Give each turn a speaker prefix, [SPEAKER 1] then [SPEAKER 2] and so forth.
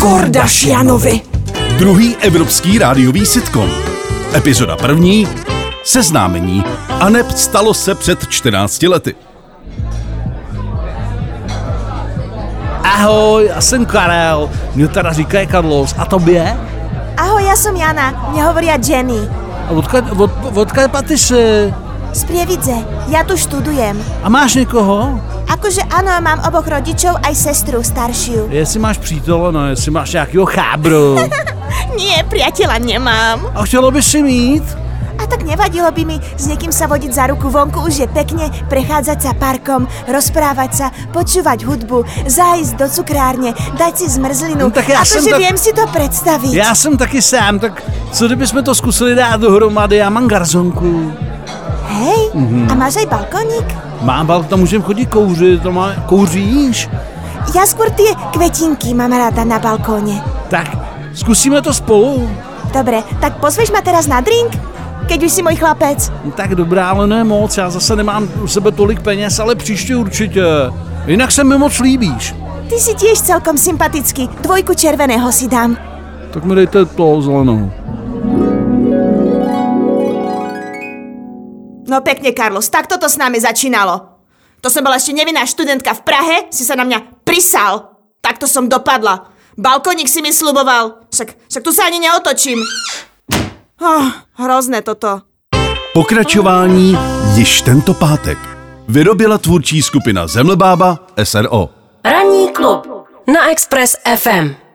[SPEAKER 1] Kordašianovi.
[SPEAKER 2] Druhý evropský rádiový sitcom. Epizoda první. Seznámení. A neb stalo se před 14 lety.
[SPEAKER 3] Ahoj, já jsem Karel, mě teda říkají Carlos, a tobě?
[SPEAKER 4] Ahoj, ja som Jana, mne hovoria Jenny.
[SPEAKER 3] A odkud, od, odkud patríš?
[SPEAKER 4] Z Prievidze, ja tu študujem.
[SPEAKER 3] A máš někoho?
[SPEAKER 4] Akože áno, ja mám oboch rodičov aj sestru staršiu.
[SPEAKER 3] Jestli máš přítele, no, jestli máš nějakého chábru.
[SPEAKER 4] Nie, priateľa nemám.
[SPEAKER 3] A chtělo by si mít?
[SPEAKER 4] A tak nevadilo by mi s niekým sa vodiť za ruku vonku, už je pekne prechádzať sa parkom, rozprávať sa, počúvať hudbu, zájsť do cukrárne, dať si
[SPEAKER 3] No
[SPEAKER 4] zmrzlinu.
[SPEAKER 3] tak ja
[SPEAKER 4] a to,
[SPEAKER 3] som
[SPEAKER 4] že
[SPEAKER 3] to-
[SPEAKER 4] viem si to predstaviť.
[SPEAKER 3] Já jsem taky sám, tak co kdybychom to zkusili dát dohromady? Já mám garzonku.
[SPEAKER 4] Hej,
[SPEAKER 3] Mhm.
[SPEAKER 4] a máš aj balkoník?
[SPEAKER 3] Mám balk, tam můžem chodit kouřit, to má, kouříš?
[SPEAKER 4] Ja skôr tie kvetinky mám rada na balkóne.
[SPEAKER 3] Tak zkusíme to spolu.
[SPEAKER 4] Dobre, tak pozveš ma teraz na drink? Keď už si môj chlapec.
[SPEAKER 3] No Tak dobrá, ale ne moc, já zase nemám u sebe tolik peněz, ale příště určitě. Jinak se mi moc líbíš.
[SPEAKER 4] Ty si tiež celkom sympatický. Dvojku červeného si dám.
[SPEAKER 3] Tak mi dejte to zelenou.
[SPEAKER 4] No pekne, Carlos, tak toto s nami začínalo. To som bola ešte nevinná študentka v Prahe, si sa na mňa prisal. Takto som dopadla. Balkoník si mi sluboval. Však, však tu sa ani neotočím. Oh, hrozné toto.
[SPEAKER 2] Pokračování již tento pátek. Vyrobila tvůrčí skupina Zemlbába SRO.
[SPEAKER 5] Ranní klub na Express FM.